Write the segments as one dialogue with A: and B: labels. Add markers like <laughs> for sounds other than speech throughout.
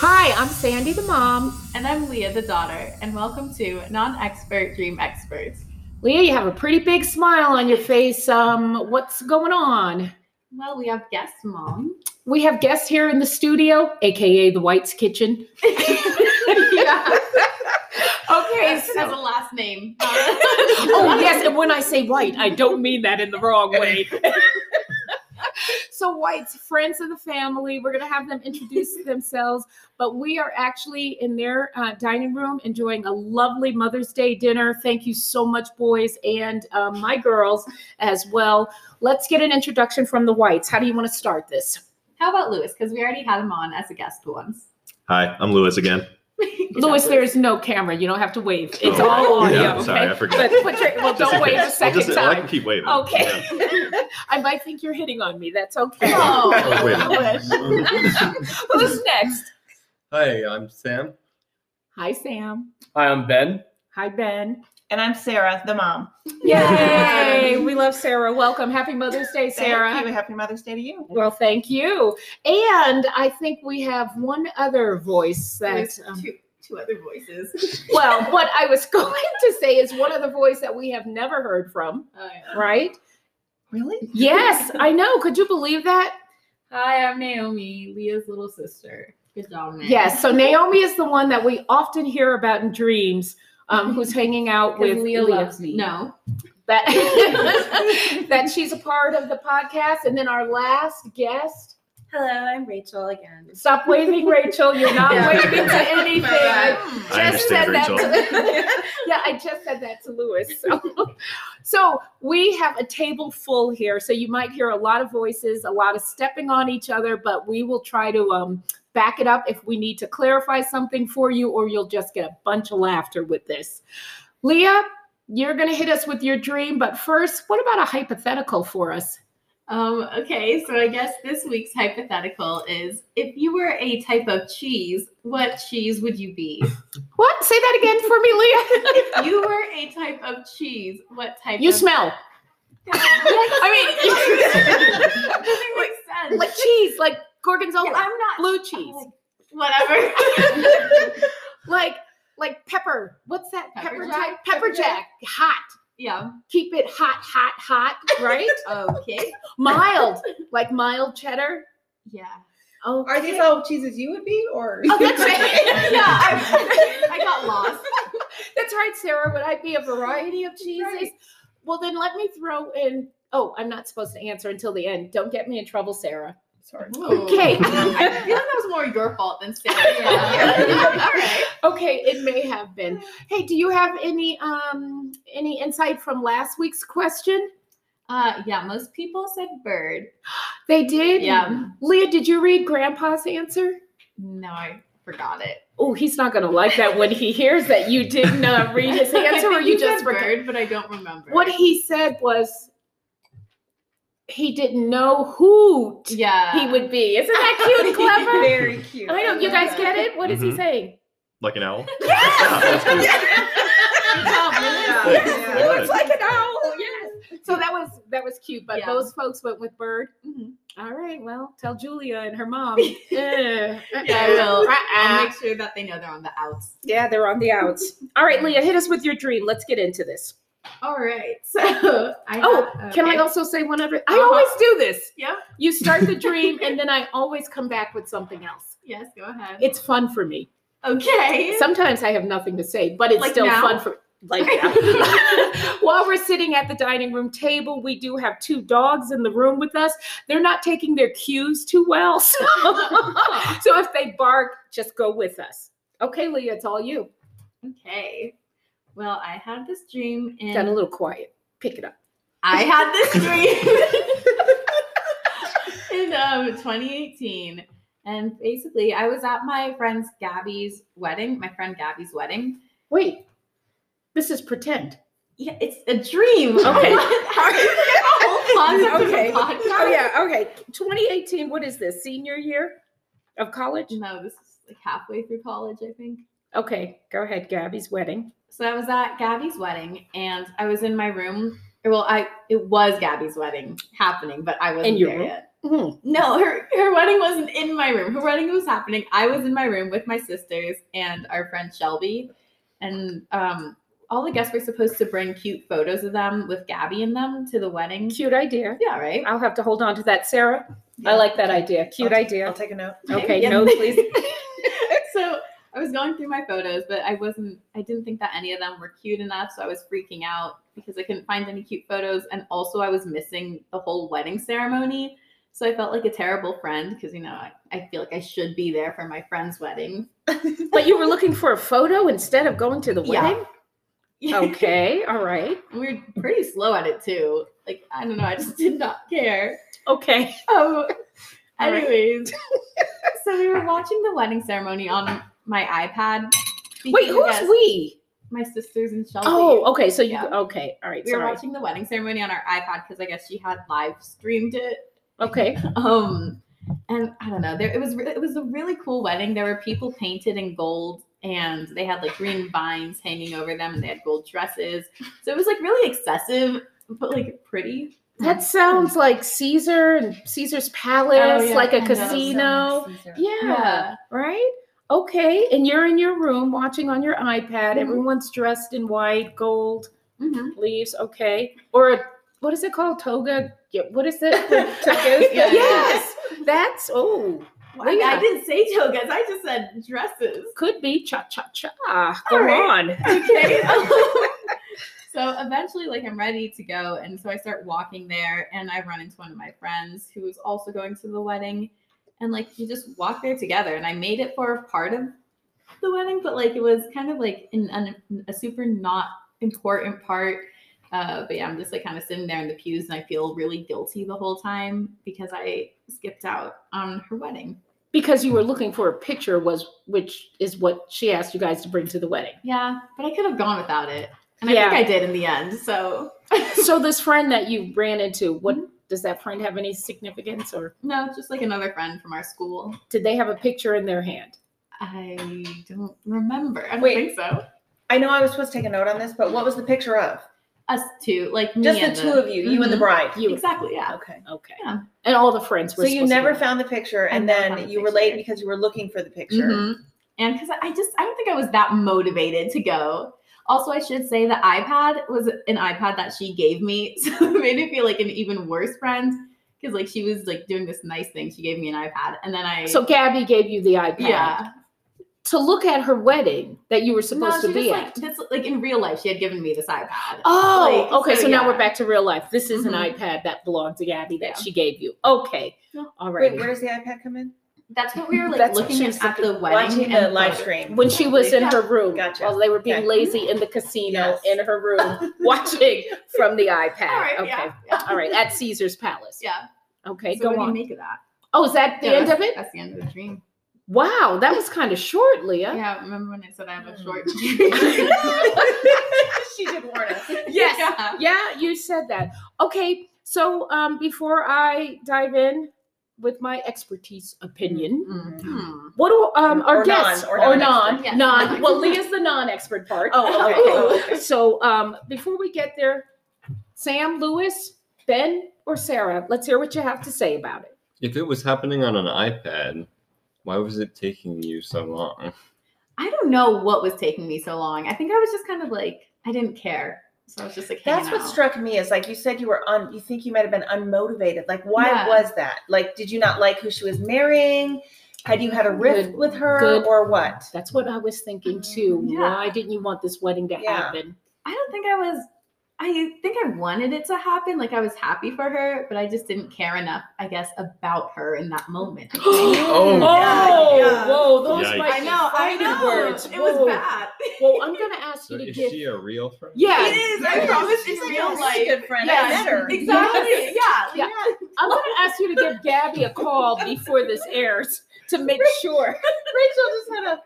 A: I'm Sandy, the mom.
B: And I'm Leah, the daughter, and welcome to Non Expert Dream Experts.
A: Leah, you have a pretty big smile on your face. Um, what's going on?
B: Well, we have guests, Mom.
A: We have guests here in the studio, aka the White's Kitchen. <laughs>
B: yeah,
A: Okay,
B: has a last name.
A: <laughs>
C: <laughs>
A: oh yes, and when I say white, I don't mean that in the wrong way. so whites, friends of the family, we're gonna have them introduce
C: <laughs>
A: themselves. But we are actually in their uh, dining room enjoying a lovely Mother's Day dinner. Thank you so much, boys, and uh, my girls as well. Let's get an introduction from the whites. How do you want to start this?
B: How about Lewis? Because we already had him on as a guest once.
A: <laughs>
C: Hi, I'm Lewis again.
A: Louis, there is no camera. You don't have to wave. It's
C: Oh,
A: all audio.
C: yeah,
A: okay?
C: sorry, I forget.
A: But put your, well,
C: Just in
A: don't wave a
C: case. Well,
A: second
C: just- I
A: time.
C: can keep waving.
A: Okay. I might think you're hitting on me. That's okay. <laughs>
B: <laughs>
C: <laughs>
B: Oh,
C: Wait.
B: Lewis.
A: Who's next?
D: Hi, I'm Sam.
A: Hi, Sam.
D: Hi, I'm Ben.
A: Hi, Ben.
E: And I'm Sarah, the mom.
A: Yay! <laughs> we love Sarah. Welcome. Happy Mother's Day,
E: Thank
A: Sarah.
E: you. Happy Mother's Day to you.
A: Well, thank you. And I think we have one other voice that,
B: There's
A: um,
B: two, two other voices.
A: <laughs> well, what I was <laughs> going to say is one other voice that we have never heard from,
B: Oh, yeah.
A: right?
E: Really?
A: Yes, I know. Could you believe that?
B: Hi, I'm Naomi, Leah's little sister. Good job, man.
A: Yes. So Naomi is the one that we often hear about in dreams, um, who's hanging out with
B: Because Leah loves me. No.
A: That that she's a part of the podcast, and then our last guest.
F: Hello, I'm Rachel again.
A: Stop waving, Rachel. You're not
F: Yeah.
B: <laughs>
A: waving to anything. I
C: I
A: just said
C: understand,
A: that.
C: Rachel.
A: <laughs> To, yeah, I just said that to Lewis. So. <laughs> so we have a table full here, so you might hear a lot of voices, a lot of stepping on each other, but we will try to um, back it up if we need to clarify something for you, or you'll just get a bunch of laughter with this. Leah, you're going to hit us with your dream, but first, what about a hypothetical for us?
B: Um, okay, so I guess this week's hypothetical is if you were a type of cheese, what cheese would you <laughs> be?
A: What? Say that again for me, Leah.
B: If you were a type of cheese, what type
A: You
B: of <laughs>
A: smell. <laughs> I mean.
B: Doesn't make sense.
A: like cheese, like gorgonzola,
B: Yeah, I'm not
A: blue cheese,
B: whatever. <laughs>
A: <laughs> like like pepper. What's that? Pepper,
B: Pepper jack?
A: jack. Pepper
B: Pepper
A: jack. Hot.
B: yeah.
A: Keep it hot, hot, hot. <laughs> Right?
B: Okay.
A: mild, like mild cheddar.
B: Yeah.
A: Oh,
E: Are these all cheeses you would be, or?
A: Oh,
E: <laughs>
A: that's right.
B: <laughs> Yeah. I, I got lost.
A: That's right, Sarah. Would I be a variety of cheeses?
B: Right.
A: Well, then let me throw in. Oh, I'm not supposed to answer until the end. Don't get me in trouble, Sarah.
E: Sorry.
A: Okay. <laughs>
B: I feel like that was more your fault than <laughs> Sarah.
A: Yeah.
B: <laughs> All right.
A: Okay, it may have been. Hey, do you have any um any insight from last week's question?
B: Uh, yeah. Most people said bird.
A: They did?
B: Yeah.
A: Leah, did you read Grandpa's answer?
B: No, I forgot it.
A: Oh, he's not going to like that when he hears that you didn't uh, read <laughs> his
B: <laughs> I
A: answer or
B: think
A: you
B: said
A: just forgot.
B: bird, but I don't remember.
A: What he said was he didn't know who t-
B: <laughs> Yeah.
A: he would be. Isn't that cute <laughs> and clever?
E: <laughs> Very cute.
A: I don't, you guys get it? What is he
C: Mhm.
A: saying? <laughs>
C: Like an owl?
A: Yes!
C: that's cool.
E: Yeah.
A: <laughs>
E: Yeah.
C: I got it.
A: like an owl. Yes. So that was that was cute, but
B: Yeah.
A: those folks went with bird.
B: Mhm.
A: All right, well, tell Julia and her <laughs> mom. Uh, yeah,
B: Yeah, I will. I'll
A: Uh-uh.
B: make sure that they know they're on the outs.
A: Yeah, they're on the outs. All right, Leah, hit us with your dream. Let's get into this. <laughs>
B: All right. So I
A: Oh,
B: have-
A: Can I
B: okay.
A: also say one other? I
B: Uh-huh.
A: always do this.
B: Yeah.
A: You start the dream, and then I always come back with something else.
B: Yes, go ahead.
A: It's fun for me.
B: okay.
A: <laughs> Sometimes I have nothing to say, but it's
B: Like
A: still
B: now?
A: fun for
B: <laughs>
A: like now. <laughs> While we're sitting at the dining room table, we do have two dogs in the room with us. They're not taking their cues too well. <laughs> So, so if they bark, just go with us. Okay, Leah, it's all you.
B: okay. Well, I had this dream and
A: Got a little quiet. Pick it up.
B: I had this
A: <laughs>
B: dream in um, 2018. And basically, I was at my friend's Gabby's wedding, my friend Gabby's wedding.
A: Wait, this is pretend.
B: Yeah, it's a dream. <laughs>
A: Okay. <laughs>
B: How did you forget the whole concept of
A: Okay.
B: the podcast?
A: Oh yeah, okay. 2018, what is this? Senior year of college?
B: No, this is like halfway through college, I think.
A: Okay, go ahead, Gabby's wedding.
B: So I was at Gabby's wedding and I was in my room or, well, I it was Gabby's wedding happening, but I wasn't
A: In your
B: there
A: room?
B: yet.
A: Mhm.
B: No, her her wedding wasn't in my room. Her wedding was happening. I was in my room with my sisters and our friend Shelby, and um, all the guests were supposed to bring cute photos of them with Gabby in them to the wedding.
A: Cute idea.
B: Yeah, right.
A: I'll have to hold on to that, Sarah. I like that idea. Cute
E: I'll
A: idea.
E: take a note.
A: Okay,
B: <laughs> Yeah.
A: no, please.
B: so I was going through my photos, but I wasn't, I didn't think that any of them were cute enough. So I was freaking out because I couldn't find any cute photos. And also, I was missing the whole wedding ceremony. So I felt like a terrible friend because, you know, I, I feel like I should be there for my friend's wedding.
A: But you were looking for a photo instead of going to the
B: Yeah.
A: wedding? Oh.
B: <laughs>
A: Okay, all right.
B: And we were pretty slow at it too. Like, I don't know. I just did not care.
A: Okay.
B: Oh,
A: All right. <laughs>
B: anyways. so we were watching the wedding ceremony on my iPad.
A: Wait, who's
B: because
A: we?
B: My sisters and Shelby.
A: Oh, okay. So you
B: Yeah.
A: okay. All right.
B: we were
A: Sorry.
B: watching the wedding ceremony on our iPad because I guess she had live streamed it.
A: Okay.
B: Um, and I don't know. There it was. Re- it was a really cool wedding. There were people painted in gold, and they had like green vines hanging over them, and they had gold dresses. So it was like really excessive, but like pretty.
A: That sounds like Caesar and Caesar's Palace,
B: Oh, yeah,
A: like a
B: kind of.
A: casino. Yeah.
B: Yeah.
A: Right? Okay. And you're in your room watching on your iPad.
B: Mm-hmm.
A: Everyone's dressed in white, gold
B: Mhm.
A: leaves. Okay. Or a, what is it called? Toga? Yeah, what is
B: <laughs>
A: it?
E: Togas?
B: Yeah.
A: Yes. That's, oh,
B: Well, I, mean,
A: Yeah.
B: I didn't say togas. I just said dresses.
A: could be cha cha cha. Go
B: All right.
A: on.
B: okay. so eventually, like, I'm ready to go. And so I start walking there, and I run into one of my friends who was also going to the wedding. And, like, we just walked there together. And I made it for part of the wedding, but, like, it was kind of like an, an, a super not important part. Uh, but yeah, I'm just like kind of sitting there in the pews, and I feel really guilty the whole time because I skipped out on her wedding.
A: Because you were looking for a picture, was which is what she asked you guys to bring to the wedding.
B: Yeah, but I could have gone without it, and
A: Yeah.
B: I think I did in the end. So
A: so this friend that you ran into, what
B: Mm-hmm.
A: does that friend have any significance or
B: No, just like another friend from our school.
A: did they have a picture in their hand?
B: I don't remember. I don't
E: Wait.
B: think so.
E: I know I was supposed to take a note on this, but what was the picture of?
B: Us two, like me
E: Just the
B: and
E: two of you, you and the
B: Mhm.
E: bride.
A: You
B: Exactly, yeah.
E: Okay.
A: okay.
B: Yeah.
A: And all the friends were
E: So you
A: supposed to
E: never
A: be-
E: found the picture,
B: I
E: and
B: never found
E: then
B: the
E: you were late
B: picture.
E: because you were looking for the picture.
B: Mhm. And because I just, I don't think I was that motivated to go. Also, I should say the iPad was an iPad that she gave me, <laughs> so it made me feel like an even worse friend because like she was like doing this nice thing. She gave me an iPad, and then I
A: So Gabby gave you the iPad
B: yeah,
A: to look at her wedding that you were supposed
B: no,
A: to
B: she
A: be
B: just,
A: at.
B: like, that's like in real life, she had given me this iPad.
A: oh,
B: like,
A: okay. So,
B: so
A: now we're
B: yeah.
A: back to real life. This is an
B: Mhm.
A: iPad that belonged to Gabby that
B: Yeah.
A: she gave you. Okay.
B: Yeah.
A: All right.
E: Wait, where does the iPad come in?
B: That's what we were like
A: That's what she
B: looking
A: was
B: at the wedding,
E: Watching the
B: and
E: live
B: photos.
E: stream.
A: when she
E: <laughs>
A: was in
B: Yeah.
A: her room
E: Gotcha.
A: while they were being
E: Okay.
A: lazy in the casino
E: Yes.
A: in her
B: <laughs>
A: room watching from the iPad.
B: All right,
A: okay.
B: yeah, yeah.
A: All right. At Caesar's Palace.
B: Yeah.
A: Okay,
B: so
A: go
B: what do
A: on.
B: you make of that?
A: Oh, is that the
B: Yeah,
A: end
B: that's-
A: of it?
B: That's the end of the dream.
A: Wow, that was kind of short,
B: Yeah. Mm.
A: Leah.
B: remember when I said I have a <laughs>
E: Hmm.
B: short dream?
E: she did warn us.
A: Yes.
B: Yeah.
A: Yeah, you said that. Okay, so um, before I dive in with my expertise opinion,
B: Mhm.
A: what do um, our
E: Mm-hmm. Or
A: guests
E: non, or
A: or
E: non-expert.
A: non,
B: Yes.
E: <laughs>
A: non? Well, Leah's the non-expert part.
E: Oh,
A: <laughs>
E: okay. Oh, okay.
A: So um, before we get there, Sam, Lewis, Ben, or Sarah, let's hear what you have to say about it.
G: If it was happening on an iPad, why was it taking you so long?
B: I don't know what was taking me so long. I think I was just kind of like I didn't care, so I was just like.
E: That's
B: hanging
E: what
B: out.
E: struck me is like you said you were un you think you might have been unmotivated. Like why
B: Yeah.
E: was that? Like did you not like who she was marrying? Had you had a rift
A: Good-
E: with her
A: good.
E: or what?
A: That's what I was thinking too.
B: Yeah.
A: Why didn't you want this wedding to
E: Yeah.
A: happen?
B: I don't think I was. I think I wanted it to happen. Like I was happy for her, but I just didn't care enough, I guess, about her in that moment. I think.
G: Oh,
A: Oh,
E: yeah.
A: whoa, those
G: Yikes.
A: might
B: I know, I
A: be fighting
B: know.
A: words.
B: It was
A: Whoa.
B: bad.
A: Well, I'm gonna ask
G: So
A: you to
G: is
A: give.
G: she a real friend?
A: yeah,
B: It is. I
E: Yes.
B: promise
E: She's
B: in
E: like a
B: real
E: really
B: life.
E: good friend. I
B: Yes,
E: met her.
B: Exactly. Yeah.
A: Yeah. I'm gonna ask you to give Gabby a call before this airs to make sure.
E: Rachel just had a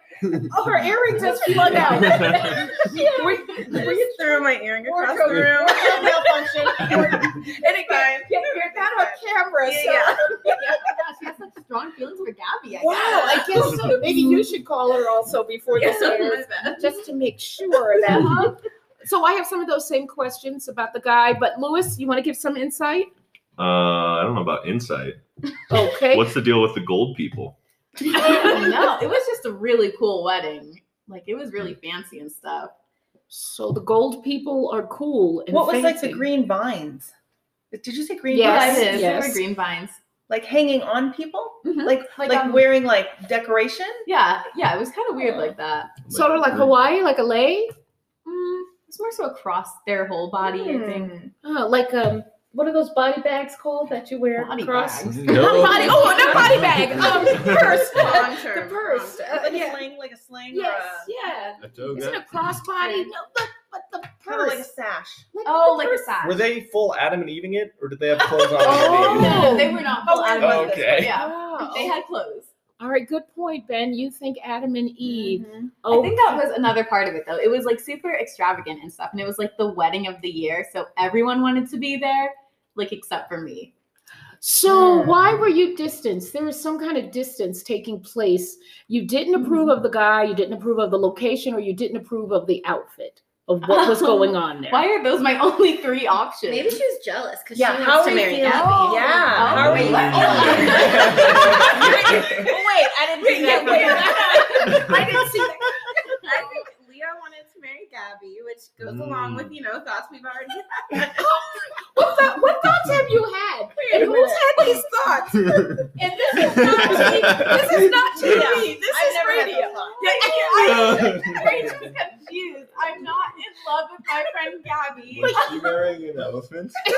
A: Oh, her <laughs> earring just flung out. We-
E: just threw my earring
A: Or
E: across
A: go-
E: the room. <laughs>
A: <laughs> and it got,
E: Fine.
A: yeah, it got on camera.
E: Yeah,
A: so-
B: oh
E: yeah.
B: gosh, she has such strong feelings for Gabby. I
A: Wow,
B: <laughs>
A: I <laughs> guess so. Maybe you should call her also before
B: guess.
A: this airs, just to make sure that. <laughs> So I have some of those same questions about the guy, but Lewis, you want to give some insight?
C: <laughs> Uh, I don't know about insight.
A: Okay.
C: What's the deal with the gold people?
A: Oh,
B: <laughs> no, it was just a really cool wedding. Like it was really fancy and stuff.
A: <laughs> So the gold people are cool. And
E: What was like
A: fancy.
E: the green vines? Did you say green
A: Yes,
E: vines?
B: it is. There
A: yes.
B: were green vines.
E: Like hanging on people?
A: Mhm.
E: Like
B: Like,
E: like,
B: um,
E: wearing like decoration?
B: Yeah, yeah, it was kind of weird
A: Oh.
B: like that.
A: sort of like Hawaii, like LA,
B: Mm, it's more so across their whole body, I think.
E: Hmm.
A: uh, like um, what are those body bags called that you wear?
B: Body
A: across?
B: bags.
A: Her
G: No.
A: body. Oh, not body bag.
B: <laughs>
A: Um, purse.
B: Wrong
A: the
B: term,
A: purse.
B: wrong
A: Uh,
E: Like a
A: yeah.
E: sling, like a sling or
A: Yes.
E: a-
A: Yeah.
G: A toga?
A: Isn't
G: <laughs>
A: a crossbody? No, but, but the
E: kind of like a
A: purse.
E: sash.
B: Oh, like a sack.
D: Were they full Adam and eating it, or did they have clothes on?
A: Oh.
D: underneath?
B: No, they were not full
E: Oh,
B: out
D: oh,
B: of
D: okay.
B: Yeah.
A: Wow.
B: They had clothes.
A: Oh. All right, good point, Ben. You think Adam and Eve?
E: Mm-hmm.
B: I
A: Oh.
B: think that was another part of it though. It was like super extravagant and stuff. And it was like the wedding of the year. So everyone wanted to be there, like except for me.
A: So
E: Hmm.
A: why were you distanced? There was some kind of distance taking place. You didn't
B: Mm-hmm.
A: approve of the guy, you didn't approve of the location, or you didn't approve of the outfit of what
B: <laughs>
A: was going on there.
B: Why are those my <laughs> only three options?
F: Maybe she was jealous because
E: Yeah,
F: she
E: how
F: wants
E: are
F: to
E: you
F: marry
E: feeling?
F: Abby.
E: Yeah.
B: Oh.
E: How are we?
G: Oh.
E: Oh. <laughs> wait, I didn't see that.
F: I didn't see that. I think Leo wanted to marry Gabby, which goes along with, you know, thoughts we've already had.
A: What, thou- what thoughts have you had?
F: And who's had these thoughts?
A: And this is not TV. This is not
E: Yeah.
A: TV. This
E: I've
A: is
E: never had
A: radio.
E: those thoughts.
B: Rachel's confused. I'm not in love with my friend Gabby.
G: Was she wearing an elephant?
B: she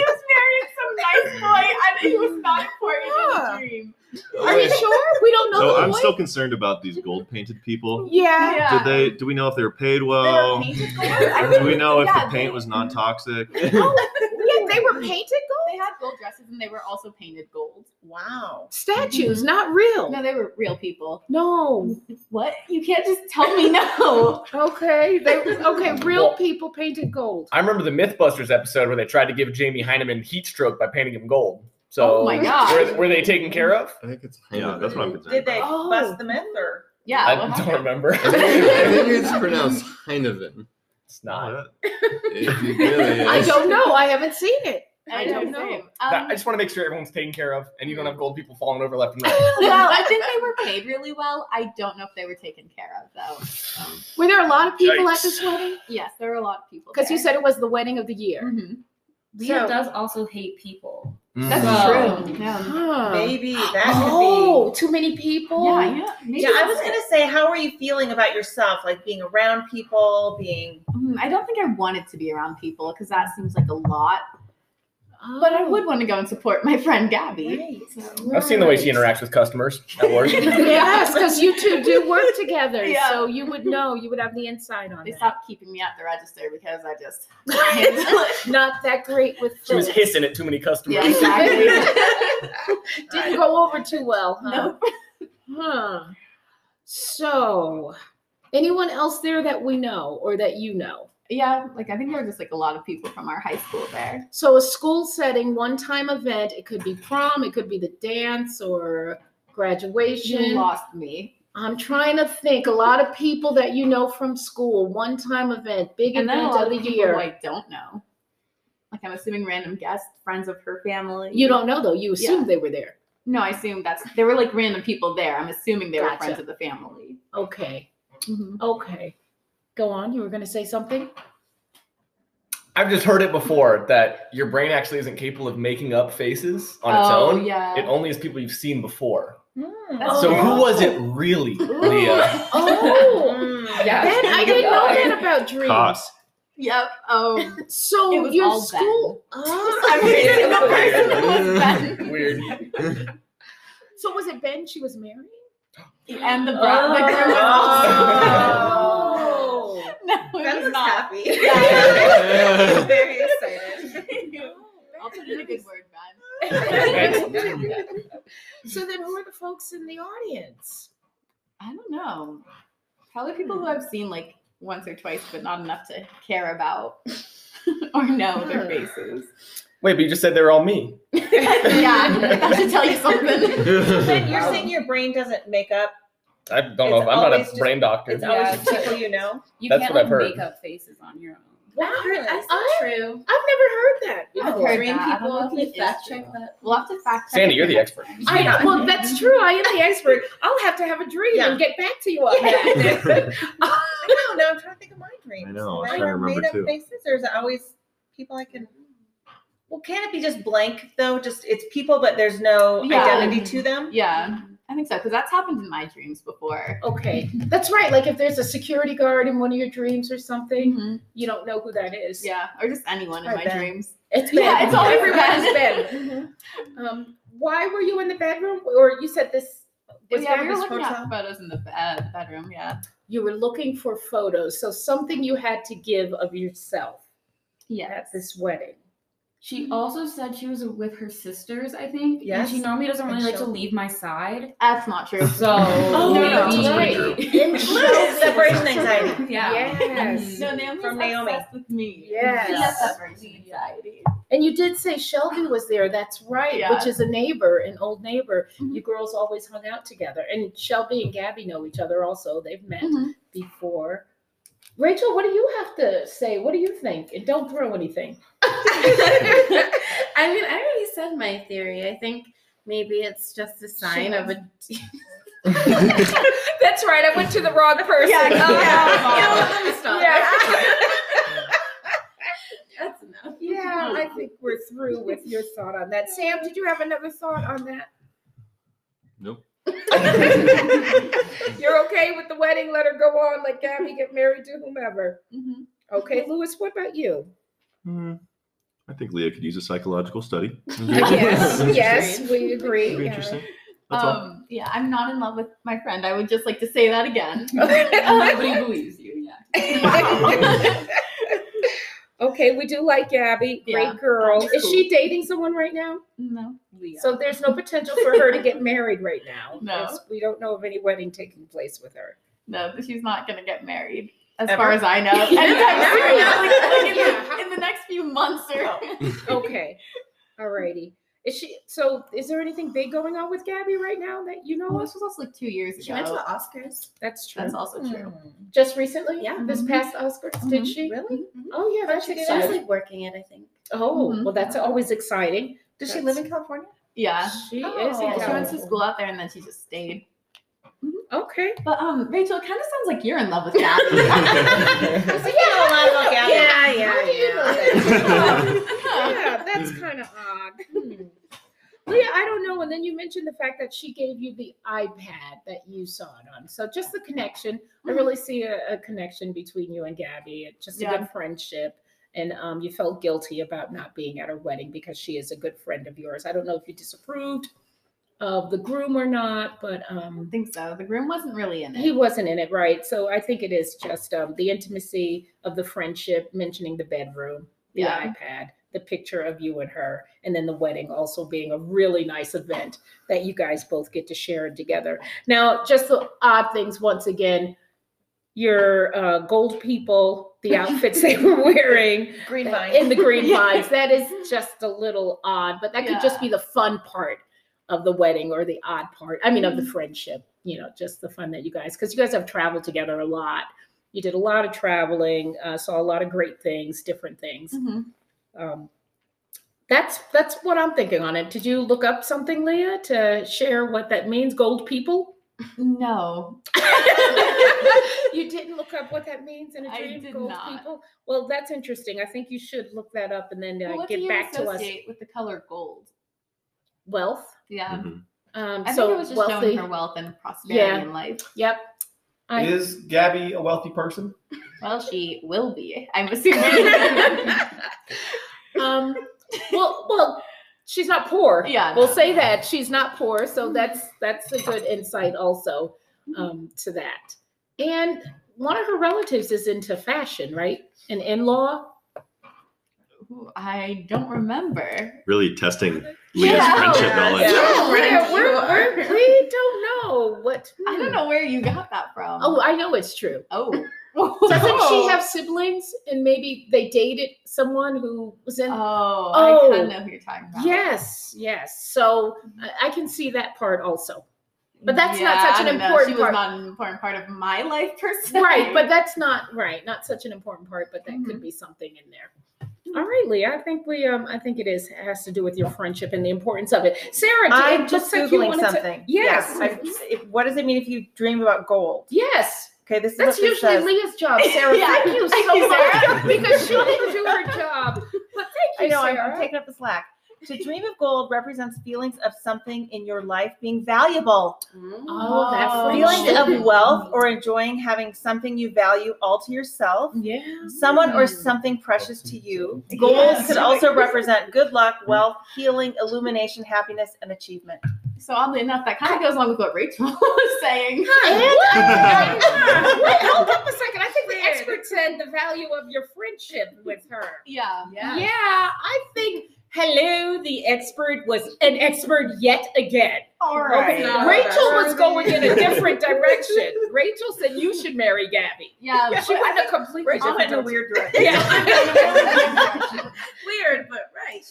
B: was marrying some nice boy, and he was not important
F: Yeah.
B: in the dream.
A: <laughs> Are you sure? We don't know
C: So
A: the
C: I'm
A: boy.
C: still concerned about these gold painted people.
A: yeah.
B: Yeah.
C: Did they? Do we know if they were paid well?
B: I
C: Do
B: think-
C: we know if
B: yeah,
C: the paint
B: they-
C: was non toxic?
A: <laughs> Yeah, they were painted
B: They had gold dresses, and they were also painted gold.
E: Wow.
A: statues,
B: Mm-hmm.
A: not real.
B: No, they were real people.
A: No.
B: What? You can't just tell me no. <laughs>
A: Okay. They okay. Real
D: Well-
A: people painted gold.
D: I remember the MythBusters episode where they tried to give Jamie Heineman heat stroke by painting him gold. So
B: Oh my gosh.
D: were, were they taken care of?
G: <laughs> I think it's.
C: Yeah, that's what I'm concerned.
E: Did they
A: Oh.
E: bust the myth or?
B: Yeah. <laughs>
D: I
B: what
D: don't
B: happened?
D: remember.
G: I think, <laughs> I think it's pronounced Heineven.
D: it's
C: about.
D: not.
B: Um,
C: Oh,
G: If you really
A: I don't know. I haven't seen it.
B: I don't know. Um,
D: I just want to make sure everyone's taken care of, and you
B: Hmm.
D: don't have gold people falling over left and right.
B: <laughs> well, I think they were paid really well. I don't know if they were taken care of though.
A: Were there a lot of people at
D: Yikes.
A: this wedding?
B: Yes, there were a lot of people.
A: Because you
B: there.
A: said it was the wedding of the year.
B: Mhm.
A: So-
H: Leah does also hate people.
B: that's
H: Well,
B: true. Yeah.
A: Huh. <gasps>
E: Maybe that could be.
A: Oh, too many people.
B: Yeah, yeah, maybe
E: Yeah, I was
B: that's
E: gonna
B: it.
E: say, how are you feeling about yourself? Like being around people, being
B: Mm, I don't think I wanted to be around people because that seems like a lot. But
A: Oh,
B: I would want to go and support my friend Gabby.
D: I've seen the way she interacts with customers
B: <laughs>
D: at work.
A: <laughs> Yes, because you two do work together,
B: Yeah.
A: so you would know. You would have the insight on
B: They
A: it.
B: stopped keeping me at the register because I just <laughs>
A: Not that great with
D: she was
A: food.
D: hissing at too many customers.
B: yeah exactly.
A: <laughs> Didn't go over too well, huh?
B: no.
A: Huh. So, anyone else there that we know or that you know?
B: Yeah, like I think there were just like a lot of people from our high school there.
A: So, a school setting, one time event, it could be prom, it could be the dance or
B: You
A: graduation.
B: lost me.
A: I'm trying to think. A lot of people that you know from school, one time event, big
B: and then a
A: event
B: lot
A: of
B: of
A: the
B: people
A: year.
B: I don't know. Like I'm assuming random guests, friends of her family.
A: you don't know though. You
B: Yeah.
A: assumed they were there.
B: No, I assume that's there were like random people there. I'm assuming they were
A: Gotcha. Mm-hmm.
B: friends of the family.
A: Okay. Okay. Go on. You were going to say something?
D: I've just heard it before that your brain actually isn't capable of making up faces on its
B: oh,
D: own.
B: Yeah. Oh,
D: It only is people you've seen before.
E: Hmm.
B: That's
D: so
B: true.
D: who was it
B: <laughs>
D: really, Leah?
A: <laughs> Oh.
E: Hmm.
H: Yeah.
A: Ben, I didn't know that about dreams. <laughs>
C: Cost.
B: Yep. Oh. It
A: So
B: was
A: your <laughs>
B: all
A: school.
B: I'm
A: Oh.
B: reading the person
D: <laughs>
B: that was Ben.
D: Weird.
A: so was it Ben? She was
D: <gasps>
A: married.
B: And the bride. The groom was also. <laughs>
D: <laughs>
E: Oh.
B: Oh, no, it
E: Ben
B: was
E: looks
B: not.
E: happy.
G: Yeah.
E: <laughs> Very excited.
B: Oh, I'll put in a good word, Ben.
D: <laughs> Thanks.
A: So then, who are the folks in the audience?
B: I don't know. Probably people who I've seen like once or twice, but not enough to care about <laughs> or know their
D: Hmm.
B: faces. <laughs>
D: Wait, but you just said they were all me.
B: yeah, that should tell you something.
D: <laughs>
C: Hmm,
E: Ben, you're saying your brain doesn't make up
D: I don't know.
E: It's
D: If, I'm not
E: always
D: a
E: just-
D: brain doctor.
E: It's always
H: Yeah.
E: just people
C: <laughs>
E: you know.
H: You
D: That's
H: can't
D: what
H: like,
D: I've heard.
H: make up faces on your own.
F: Wow, that's not
A: I-
F: true.
A: I've never heard that.
B: I've
A: before.
B: heard
F: Brain
B: that. I don't
F: people
B: know if
F: can
B: it is
F: fact
B: true.
F: check that.
B: We'll have to fact check.
D: Sandy,
B: it
D: you're
B: for
D: the
B: next
D: expert.
B: time.
A: I know. Well, that's true. I am the expert. I'll have to have a dream
E: Yeah.
A: and get back to you on that.
E: <laughs> I don't know. I'm trying to think of my dreams.
C: I know, I was
E: Am
C: trying to
E: ever
C: remember
E: made up
C: too.
E: Faces, or is it always people I can? Well, can it be just blank though? Just it's people, but there's no
B: Yeah.
E: identity to them.
B: Yeah, I think so because that's happened in my dreams before.
A: <laughs> okay, that's right. Like if there's a security guard in one of your dreams or something,
F: Mm-hmm.
B: Mhm.
A: you don't know who that is.
B: Yeah, or just anyone in
E: Or
B: my
E: Ben.
B: dreams.
A: It's
B: Yeah,
A: been-
B: it's always
A: everybody's
B: been.
A: been.
B: <laughs> Mm-hmm.
A: Um, why were you in the bedroom? Or you said this was
B: yeah,
A: there
B: we were
A: this
B: looking
A: hotel?
B: at photos in the bed, bedroom. Yeah,
A: You were looking for photos, so something you had to give of yourself
B: yeah.
A: at this wedding.
H: She also said she was with her sisters, I think. Yeah. And
E: Yes.
H: she normally doesn't
E: And
H: really like to
E: she'll-
H: leave my side.
B: That's not true.
H: So
A: Oh,
C: no,
H: maybe-
C: that's pretty
B: <laughs>
C: true.
A: <laughs>
E: Separation anxiety.
H: Yeah.
A: Yes.
B: No, Naomi's
E: From Naomi.
B: obsessed with me.
A: Yes.
B: She has separation anxiety. <laughs>
A: And you did say Shelby was there. That's right,
B: Yeah.
A: which is a neighbor, an old neighbor.
B: Mhm.
A: You girls always hung out together. And Shelby and Gabby know each other also. They've met
B: Mhm.
A: before. Rachel, what do you have to say? What do you think? And don't throw anything.
F: <laughs> I mean, I already said my theory. I think maybe it's just a sign of a.
A: That's right. I went to the wrong
F: <laughs>
A: person.
F: Yeah,
E: Oh,
B: yeah.
E: <laughs>
F: You know what? Let me stop. That's enough.
A: Yeah, I think we're through with your thought on that. Sam, did you have another thought on that?
G: Nope.
A: <laughs> You're okay with the wedding? Let her go on, let Gabby get married to whomever.
B: Mhm.
A: Okay, Lewis, what about you?
C: Hmm. I think Leah could use a psychological study.
A: Yes,
C: It'd
A: yes, we
C: be
A: agree.
C: interesting. That's
A: <laughs>
C: all.
B: Um, yeah, I'm not in love with my friend. I would just like to say that
A: <laughs>
B: again. Um,
H: Nobody believes you. Yeah.
A: Okay, we do like Gabby,
B: Yeah.
A: great girl.
B: That's
A: Is
B: cool.
A: she dating someone right now?
B: No.
A: So there's no potential for her to get married right now.
B: <laughs> No.
A: It's- We don't know of any wedding taking place with her.
B: No, but she's not gonna get married. As
E: Ever?
B: far as I know. Anytime
A: <laughs> Yeah,
B: soon,
A: yeah.
B: like, like in,
A: Yeah.
B: the, in the next few months or
E: Oh,
A: Okay, alrighty. Is she, so is there anything big going on with Gabby right now that you
B: well,
A: know of?
B: this was also like two years ago.
F: She went to the Oscars.
A: That's true.
B: That's also
E: Hmm.
B: true.
A: Just recently?
F: Yeah.
A: This
B: Mhm.
A: past Oscars, did
B: Mhm.
A: she?
E: Really?
A: Mm-hmm. Oh, yeah, that's
F: She was
A: exciting.
F: like working it, I think.
A: Oh,
B: Mhm.
A: well, that's always exciting.
E: Does she live in
C: <laughs>
E: California?
B: Yeah.
A: She
E: Oh.
A: is in
B: Yeah, she went to
A: California.
B: school out there and then she just stayed.
A: Mm-hmm. Okay.
B: But um, Rachel, it kind of sounds like you're in love with
C: <laughs>
B: Gabby.
E: <laughs> Because you know a lot about Gabby.
A: How do you know that? yeah, that's kind of odd. Hmm. Well, yeah, I don't know. And then you mentioned the fact that she gave you the iPad that you saw it on. So just the connection. I really see a, a connection between you and Gabby. It's just a
B: Yeah.
A: good friendship. And um, you felt guilty about not being at her wedding because she is a good friend of yours. I don't know if you disapproved of the groom or not, but
B: I
A: um,
B: think so. The groom wasn't really in
A: he
B: it.
A: wasn't in it, right? So I think it is just um, the intimacy of the friendship, mentioning the bedroom, the
B: Yeah.
A: iPad, the picture of you and her, and then the wedding also being a really nice event that you guys both get to share together. Now, just the odd things once again your uh, gold people, the outfits they were wearing uh,
E: Green vine.
A: in the green
B: Yeah.
A: vines, that is just a little odd, but that could just be the fun part of the wedding or the odd part. I mean, of the friendship, you know, just the fun that you guys, because you guys have traveled together a lot. You did a lot of traveling, uh, saw a lot of great things, different things.
B: Mhm.
A: Um, that's that's what I'm thinking on it. Did you look up something, Leah, to share what that means? Gold
B: <laughs>
A: people.
B: No,
A: you didn't look up what that means in a
B: I
A: dream.
B: did
A: gold
B: not.
A: people. Well, that's interesting. I think you should look that up and then uh,
B: Well, what do
A: get
B: you
A: back to us.
B: associate with the color gold?
A: Wealth.
B: Yeah,
G: Mm-hmm.
C: Mhm.
A: Um,
B: I
A: so
B: think it was just
A: wealthy.
B: showing her wealth and prosperity
A: Yeah.
B: in life.
A: Yep. I-
D: Is Gabby a wealthy person?
B: Well, she will be. I'm
A: <laughs>
B: assuming.
A: Um, well, well, she's not <laughs> poor.
B: Yeah.
A: We'll say that she's not poor. So that's that's a good insight also um, to that. And one of her relatives is into fashion, right? An in-law.
B: Ooh, I don't remember.
C: Really testing Leah's
B: Yeah.
C: friendship knowledge.
F: Yeah.
A: yeah,
F: friend
A: we're,
F: you are.
A: we're, we don't know what.
B: I don't know where you got that from.
A: Hmm. Oh, I know it's true.
B: oh.
A: Doesn't
B: <laughs>
A: she have siblings? And maybe they dated someone who was in.
B: Oh,
A: Oh.
B: I kind of know who you're talking about.
A: Mm-hmm. yes, yes. So I, I can see that part also. But that's not such
B: I
A: an
B: don't know.
A: important
B: She was
A: part.
B: not an important part of my life per se.
A: right, but that's not right. Not such an important part, but that could be something in there. Mm-hmm. All right, Leah. I think we. Um, I think it is it has to do with your friendship and the importance of it. Sarah, did-
E: I'm
A: it
E: just
A: looks like you
E: googling
A: wanted to-
E: something.
A: Yes.
E: I- if- what does it mean if you dream about gold?
A: yes,
E: Okay, this is
A: that's
E: what this
A: usually
E: says.
A: Leah's
E: <laughs>
A: job, Sarah.
B: Yeah.
A: Thank you so
B: you,
A: much <laughs> because she didn't do her job. But
E: I
A: thank you,
E: know I'm,
A: Sarah.
E: I'm taking up the slack. To dream of gold represents feelings of something in your life being valuable,
A: oh, that
B: Oh.
E: feelings
A: friendship. <laughs>
E: of wealth or enjoying having something you value all to yourself.
A: yeah.
E: Someone or something precious to you. Gold
B: Yes.
E: could also represent good luck, wealth, healing, illumination, happiness, and achievement.
B: So oddly enough, that kind of goes along with what Rachel <laughs> was saying.
E: <laughs>
A: Wait, hold up a second. I think the
F: Weird.
A: expert said the value of your friendship with her.
B: Yeah.
A: Yeah, I think hello, the expert was an expert yet again.
E: All
A: Okay.
F: No,
A: Rachel was
F: Barbie.
A: going in a different direction. Rachel said you should marry Gabby.
B: Yeah.
A: She went a completely
E: Rachel went in a
A: different
E: <laughs> weird direction.
B: <laughs>
A: Yeah.
F: Weird, but right.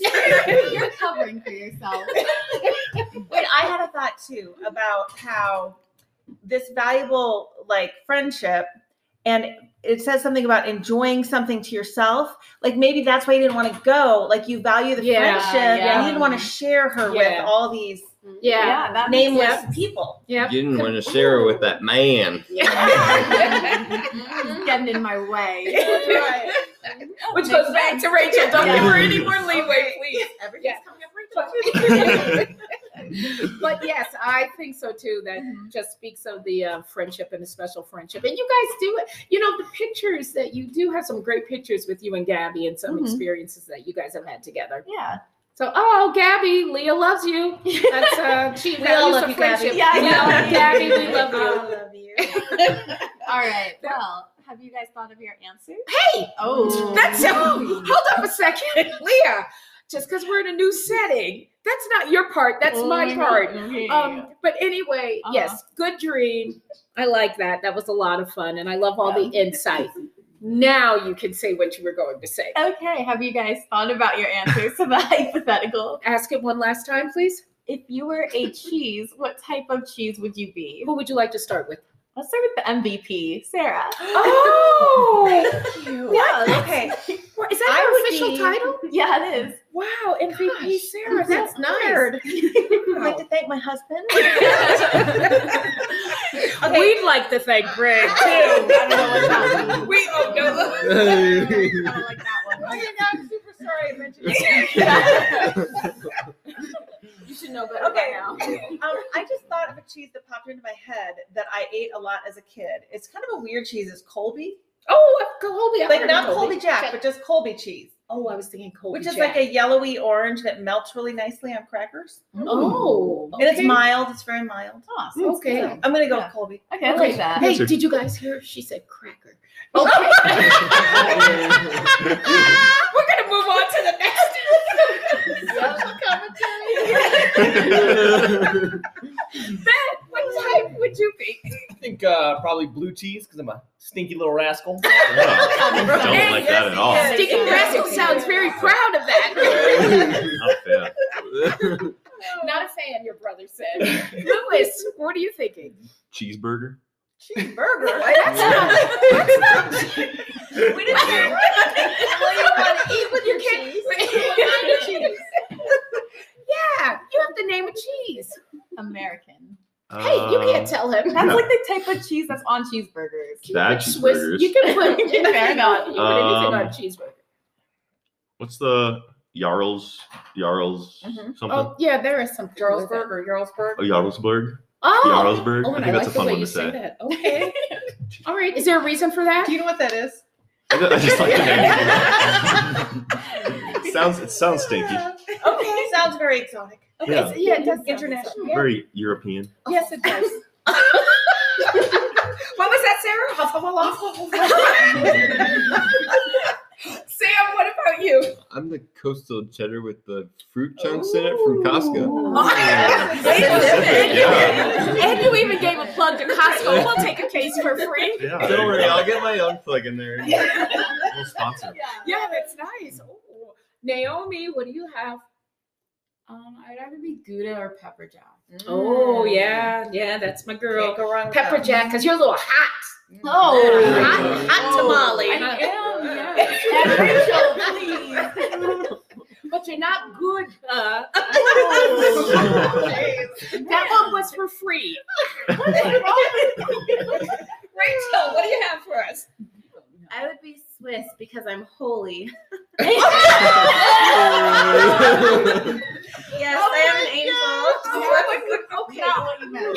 B: <laughs> You're covering for yourself.
E: Wait, I had a thought too about how this valuable like friendship and it says something about enjoying something to yourself. Like maybe that's why you didn't want to go. Like you value the
A: Yeah,
E: friendship and
B: yeah.
E: you didn't want to share her
A: Yeah.
E: with all these
A: yeah.
B: that makes
E: nameless
A: sense. <laughs>
E: people.
A: Yep.
G: You didn't want to share with that man.
B: sense. getting in my way.
A: <laughs>
E: <laughs>
A: Which goes back to Rachel. Don't give her any more leeway, please.
F: Everything's
A: Yeah.
F: coming up
A: But,
F: right
G: <laughs>
A: <laughs> but yes, I think so too. That just speaks of the uh, friendship and the special friendship. And you guys do it. You know, the pictures that you do have some great pictures with you and Gabby and some
B: Mhm.
A: experiences that you guys have had together.
B: Yeah.
A: So, oh, Gabby, Leah loves you. That's <laughs> uh, she
E: We
A: values
E: all love
A: the
E: you, Gabby.
A: friendship.
B: Yeah, I
A: we
B: know.
A: love Gabby. We <laughs> love you.
E: I love you.
B: All right. Well, have you guys thought of your answer?
A: Hey,
B: Oh.
A: Um, that's hold up a second, Leah. Just because we're in a new setting, that's not your part. That's my part. Um, but anyway,
B: Uh-huh.
A: yes, good dream. I like that. That was a lot of fun, and I love all the insight. now you can say what you were going to say.
B: okay. Have you guys thought about your answer to the <laughs> hypothetical?
A: Ask it one last time, please.
B: If you were a cheese, what type of cheese would you be?
A: Who would you like to start
E: <laughs>
A: with?
B: Let's start with the MVP, Sarah.
A: Oh,
E: What? Okay.
A: what, is
E: I would
A: that your official
E: be-
A: title?
B: Yeah, it
A: <laughs>
B: is.
A: <laughs> Wow, MVP
E: Gosh,
A: Sarah,
E: I'm so
A: that's nice. <laughs>
E: honored. I'd like to thank my husband.
A: <laughs>
E: Okay.
A: We'd like to thank
E: <laughs>
A: Greg
B: Ew, I
A: too.
B: don't know what
A: <laughs>
B: that means.
A: we oh
B: <laughs>
A: no.
B: I don't like that <laughs> one.
F: I'm super sorry I mentioned
B: You should know better
E: Okay.
B: by now.
E: Um, I just thought of a cheese that popped into my head that I ate a lot as a kid. It's kind of a weird cheese. It's Colby.
A: Oh, Colby, I've heard
E: like
A: of
E: not Colby, Jack,
A: Jack.
E: but just Colby cheese,
A: Oh, I was thinking Colby
E: which is
A: Jack.
E: like a yellowy orange that melts really nicely on crackers.
A: oh,
E: And it's
A: okay. Mm,
E: mild. It's very mild.
B: Awesome.
A: Okay.
E: I'm gonna go
B: Yeah.
E: with Colby.
B: Okay, I
A: Okay.
B: like that.
A: Hey,
G: Answer.
A: did you guys hear? She said cracker. Okay. We're gonna move on to the
B: <laughs>
A: next social commentary. ben, <laughs> what type would you be?
D: I think uh, probably blue cheese because I'm a stinky
A: <laughs>
D: little rascal.
G: don't like that at all.
A: Stinky Rascal sounds very proud of that. <laughs>
G: Not bad.
A: Not a fan, your brother <laughs> said. Louis, what are you thinking?
G: Cheeseburger.
E: Cheeseburger.
A: That's <laughs> not.
E: we didn't
G: Yeah.
A: <laughs>
E: want to eat with
A: You can't. Yeah, you have to name a cheese.
B: <laughs> American.
A: Hey, you can't
G: Uh,
A: tell him. <laughs>
B: That's
G: Yeah.
B: like the type of cheese that's on cheeseburgers.
G: That
A: Swiss.
G: cheeseburgers.
A: You can put <laughs> you can
B: Fair enough.
A: put anything on a
G: Um,
A: cheeseburger.
G: What's the Jarls? Jarls
E: Mhm.
G: something?
A: Oh yeah, there is some
E: Jarlsberg or Jarlsberg.
G: A Jarlsberg?
A: Oh,
G: Jarlsberg?
A: oh
G: I
A: and
G: think
A: I like
G: that's a
A: the
G: fun
A: way
G: one
A: you
G: to
A: say
G: say.
A: that. Okay. All right. Is there a reason for that?
E: Do you know what that is?
G: I ju- I just like the name. It sounds it sounds stinky.
E: Okay, sounds very exotic.
A: Okay.
G: Yeah.
A: so- yeah it does sound
E: International.
A: exotic.
G: Very European.
E: Yes, it
A: <laughs>
E: does.
A: What was that, Sarah? Huff, huff, huff, huff. <laughs> Sam, what about you?
G: I'm the coastal cheddar with the fruit chunks in it from Costco.
A: Oh,
G: Wait a minute.
A: and, you, and you even gave a plug to Costco. We'll take a case for free. <laughs>
G: Yeah, don't worry, I'll get my own plug in there. We'll sponsor.
A: Oh, Yeah, that's nice. Ooh. Naomi, what do you have?
H: Um, I'd either be Gouda or Pepper Jack.
A: <laughs> Oh yeah, yeah, that's my girl.
E: Can't go wrong with
A: Pepper
E: that.
A: Jack, because you're a little hot.
B: Oh,
A: hot, hot tamale.
H: I am, yes.
B: Rachel, please.
A: <laughs> But you're not good. Uh,
G: Oh.
A: that one was for free.
F: Rachel, what do you have for us? I would be Swiss because I'm
A: <laughs>
F: holy. Yes, I am
A: Oh
F: an angel.
B: okay. Not what you meant.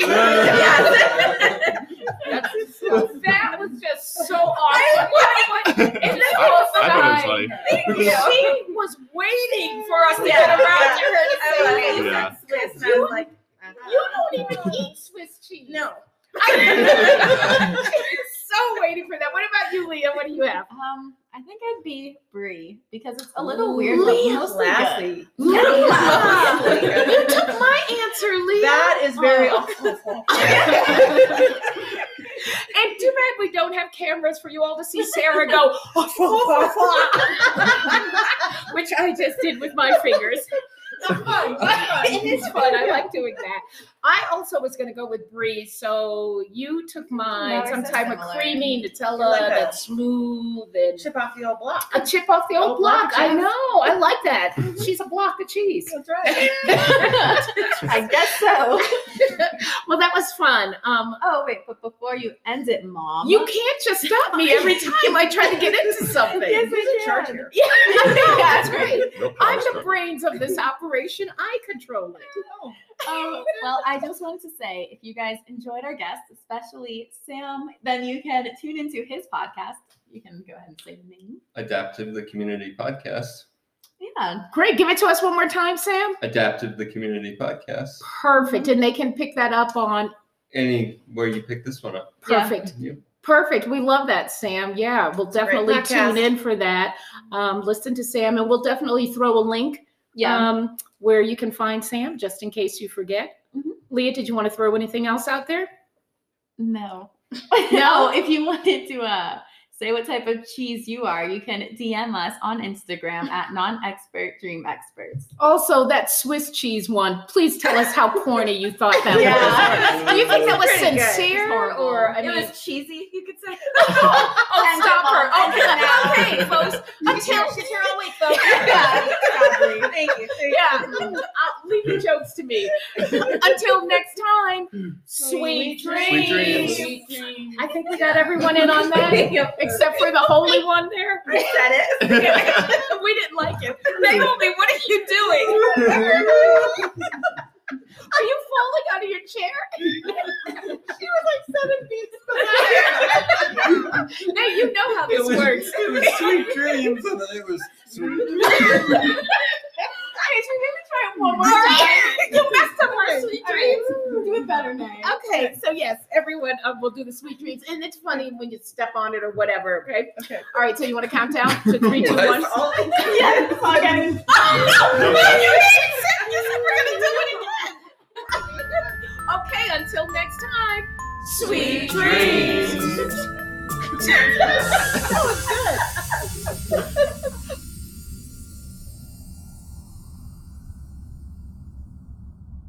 A: That was just <laughs> so awesome. It's so
C: I thought it was funny.
A: <laughs> She was waiting for us to
F: Yeah.
A: get around to her to
F: I
A: say
F: was,
A: it.
F: I
C: Yeah.
F: said Swiss, and I was like, uh-huh.
A: You don't even eat Swiss cheese.
F: no.
A: <laughs> I she's so waiting for that. What about you, Leah? What do you have?
B: Um, <laughs> I think I'd be Brie because it's a little weird, but
E: Leah
B: mostly
E: Lassie.
B: good.
A: Leah! you took my answer, Leah.
E: That is very
A: Oh.
E: awful.
A: <laughs> and too bad we don't have cameras for you all to see Sarah go, "Oh, <laughs> which I just did with my fingers. <laughs> it is fun. I like doing that. I also was going to go with Brie, so you took mine.
B: Ours are
A: Some type of
B: similar.
A: creamy Nutella
E: Like a-
A: that's smooth and
E: Chip off the old block.
A: a chip off the old
E: Oh, block
A: block.
E: of
A: I
E: cheese.
A: know. I like that. She's a block of
E: <laughs>
A: cheese. <laughs>
E: That's right.
B: I guess so.
A: Well, that was fun. Um,
B: Oh wait, but before you end it, mom.
A: you can't just stop me <laughs> every time I try to get into something.
B: Yes,
E: Who's in
B: I
E: charge
B: can.
E: here?
A: Yeah, I <laughs> know. That's
B: <laughs> Yeah.
A: right.
C: No power
A: I'm the
C: struggle.
A: brains of this operation. I control it.
B: Um, well, I just wanted to say if you guys enjoyed our guest, especially Sam, then you can tune into his podcast. You can go ahead and say the name.
G: Adaptive the Community Podcast.
B: Yeah.
A: Great. Give it to us one more time, Sam.
G: Adaptive the Community Podcast.
A: Perfect. And they can pick that up on
G: Anywhere you pick this one <laughs> up.
B: Yeah.
A: Perfect.
G: Yep.
A: Perfect. We love that, Sam. Yeah, we'll definitely
E: podcast.
A: tune in for that. Um, listen to Sam, and we'll definitely throw a link
B: Yeah.
A: um, where you can find Sam, just in case you forget.
B: Mhm.
A: Leah, did you want to throw anything else out there? <laughs>
B: no. no, if you wanted to uh say what type of cheese you are, you can DM us on Instagram at non-expert dream experts.
A: Also, that Swiss cheese one. Please tell us how corny you thought that was. Do you
G: <laughs>
A: think that was
E: Pretty good. It's
A: sincere,
B: horrible.
A: or I
F: it
A: mean,
F: was cheesy, you could say.
A: oh, <laughs> oh,
F: End
A: stop
F: it,
A: her.
F: Mom.
A: <laughs> Okay, okay,
B: <laughs>
A: folks. Until
F: She's here all week, though.
E: Oh.
A: <laughs>
E: Thank you. Thank
A: yeah, <laughs> I'll Uh, leave the jokes to me. Until next time, sweet,
G: Sweet dreams.
A: I think we got everyone in on that, except for the holy one there.
E: I said it.
A: We didn't like it. Naomi, what are you doing? <laughs> Are you falling out of your <laughs> chair? she was like seven
E: <laughs>
A: feet. now you know how this works.
G: it was sweet dreams, and then it was sweet.
A: Okay, should we really try it one more time? you messed up our sweet dreams.
B: Do it better now.
A: Okay, so yes,
E: <laughs>
A: everyone um, will do the sweet dreams, and it's funny when you step on it or whatever. Okay.
E: Okay.
A: All right. So you want to count down to three, two, one.
E: All-
B: yes,
A: Oh,
B: okay.
A: Okay. Until next time.
F: Sweet
E: <laughs>
A: dreams.